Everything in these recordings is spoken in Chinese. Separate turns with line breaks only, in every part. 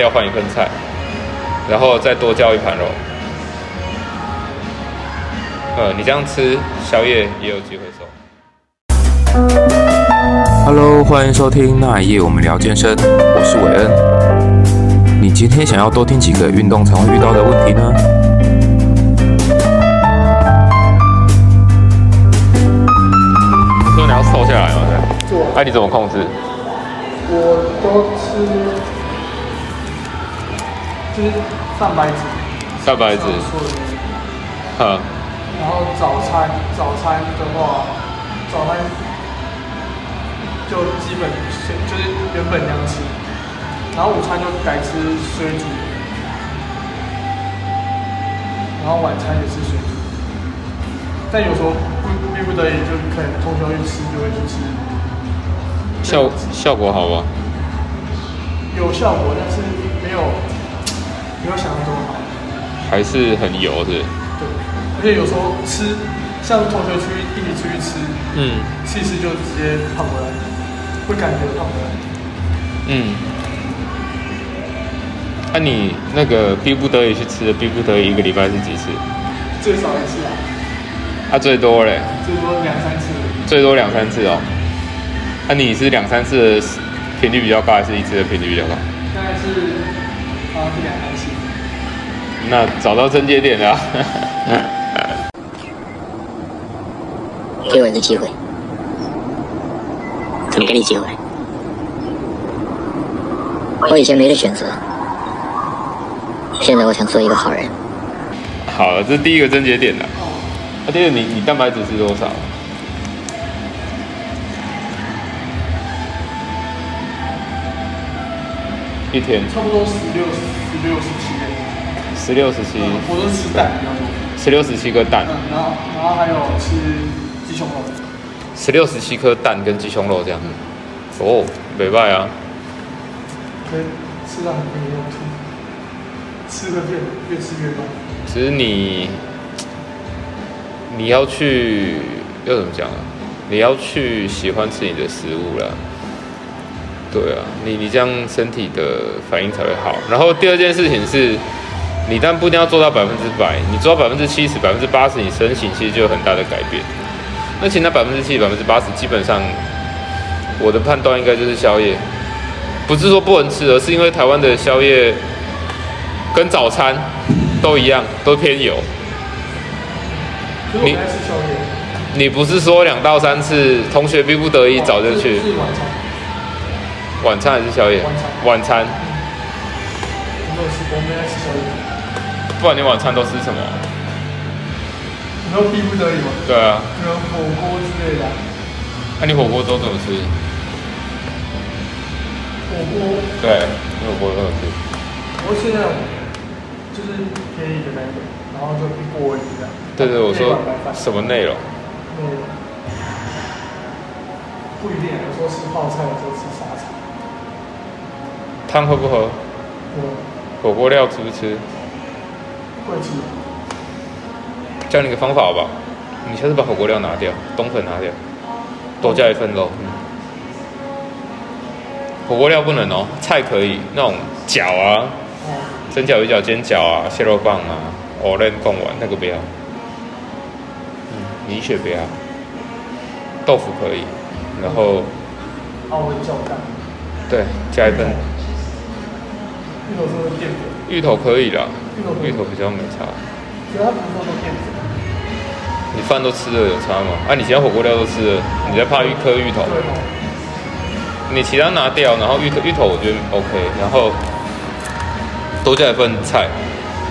要换一份菜，然后再多叫一盘肉。呃，你这样吃宵夜也有机会瘦。
Hello，欢迎收听那一夜我们聊健身，我是韦恩。你今天想要多听几个运动常会遇到的问题呢？
说你要瘦下来嘛？对。那、你怎么控制？
我都吃，就是蛋白质，
蛋白质
像。我说的
嗯，
然后早餐，早餐的话，早餐就基本先就是原本那样吃，然后午餐就改吃水煮，然后晚餐也吃水煮，但有时候不逼不得已，就可能通宵去吃，就会去吃。
效效果好吗？
有效果，但是没有没有想象中好。
还是很油是不是？
对，而且有时候吃，像同学去一起出去吃，
嗯
吃一吃就直接胖回来，会感觉胖回来。
嗯。那、你那个逼不得已去吃的，逼不得已一个礼拜是几次？
最少一次啊，
啊，最多嘞，
最多呃两三次。
最多两三次哦。那、你是两三次的频率比较高，还是一次的频率比较高？
大概是啊，一两三次。
那找到症结点了、啊。
给我一次机会，怎么给你机会？我以前没得选择，现在我想做一个好人。
好了，这是第一个症结点了。那、第二，你你蛋白质是多少？一天
差不多十六、十六、十七类。
十六十七，
嗯，我都吃蛋比较多。
十六十七颗蛋
嗯，，然后然后还有吃鸡胸肉。
十六十七颗蛋跟鸡胸肉这样。哦，没败啊。
可以吃到很没用吐，吃的越越吃越多。
其实你你要去要怎么讲啊？你要去喜欢吃你的食物啦。对啊，你你这样身体的反应才会好。然后第二件事情是，你但不一定要做到百分之百，你做到百分之七十、百分之八十，你身形其实就有很大的改变。那其实那百分之七、百分之八十，基本上我的判断应该就是宵夜，不是说不能吃，而是因为台湾的宵夜跟早餐都一样，都偏油。
可是我
你
不爱吃宵夜，
你不是说两到三次，同学逼不得已早就去
是是晚餐，
晚餐还是宵夜？
晚餐
晚餐，
我没有吃，我没爱吃宵夜。
不然你晚餐都吃什么？
你都逼不得已嘛，
对啊，
可能火锅之类的啊。
那、你火锅粥怎么吃？
火锅，
对，你火锅粥怎么吃？
我吃那种就是便宜的那种，然后就一锅一这样。
对对，我说
配碗白饭
什么内容？
那个不一定，有时候吃泡菜，有时候吃沙茶。
汤喝不喝？
我
火锅料吃不吃？
会呃吃，
教你个方法好不好？你下次把火锅料拿掉，冬粉拿掉，多加一份肉。嗯火锅料不能哦，菜可以，那种饺啊、
哦，
蒸饺、鱼饺、煎饺啊、蟹肉棒啊、藕莲贡丸那个不要，嗯，米血不要，豆腐可以，然后
澳门较大，
对加一份
呃芋头是淀粉，
芋头可以啦，
芋头可以
芋头比较没差。
其他不是说都淀粉。
你饭都吃了有差吗？啊，你其他火锅料都吃了，你在怕一颗芋头？
对哦，
你其他拿掉，然后芋头芋头我觉得 OK，然后多叫一份菜，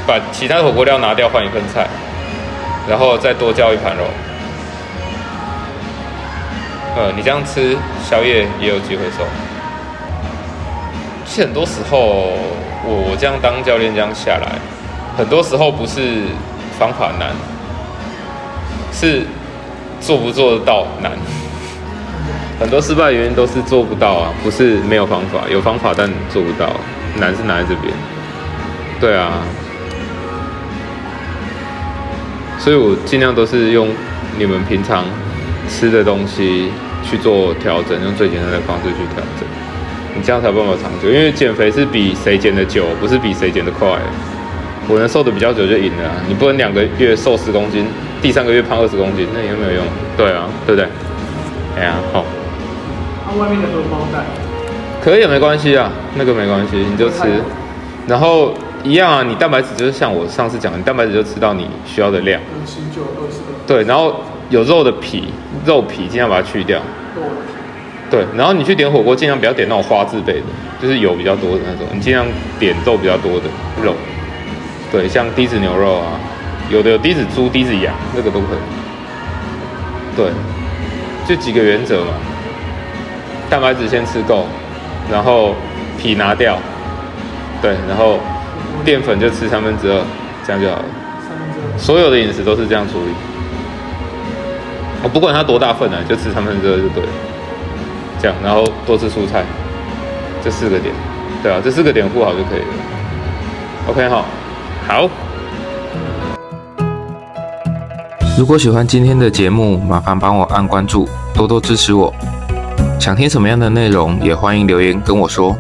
把其他的火锅料拿掉换一份菜，然后再多叫一盘肉。呃，你这样吃宵夜也有机会瘦。其实很多时候，我我这样当教练这样下来，很多时候不是方法难，是做不做得到难。很多失败的原因都是做不到啊，不是没有方法，有方法但做不到，难是难在这边。对啊，所以我尽量都是用你们平常吃的东西去做调整，用最简单的方式去调整。你这样才有办法长久。因为减肥是比谁减的久，不是比谁减的快。我能瘦的比较久就赢了啊、你不能两个月瘦十公斤，第三个月胖二十公斤，那也没有用。对啊，对不对？哎呀，好、
它、外面的荷包蛋，
可以啊，没关系啊，那个没关系，你就吃。然后一样啊，你蛋白质就是像我上次讲的，你蛋白质就吃到你需要的量。
有十九、二十的
对，然后有肉的皮，肉皮尽量把它去掉。
肉的
对，然后你去点火锅，尽量不要点那种花字辈的，就是油比较多的那种，你尽量点肉比较多的肉。对，像低脂牛肉啊，有的有低脂猪、低脂羊，那个都可以。对，就几个原则嘛，蛋白质先吃够，然后皮拿掉，对，然后淀粉就吃三分之二，这样就好了。
三分之二，
所有的饮食都是这样处理。我不管它多大份呢、就吃三分之二就对了。这样，然后多吃蔬菜，这四个点，对啊，这四个点顾好就可以了。OK 好，好，
如果喜欢今天的节目，麻烦帮我按关注，多多支持我。想听什么样的内容，也欢迎留言跟我说。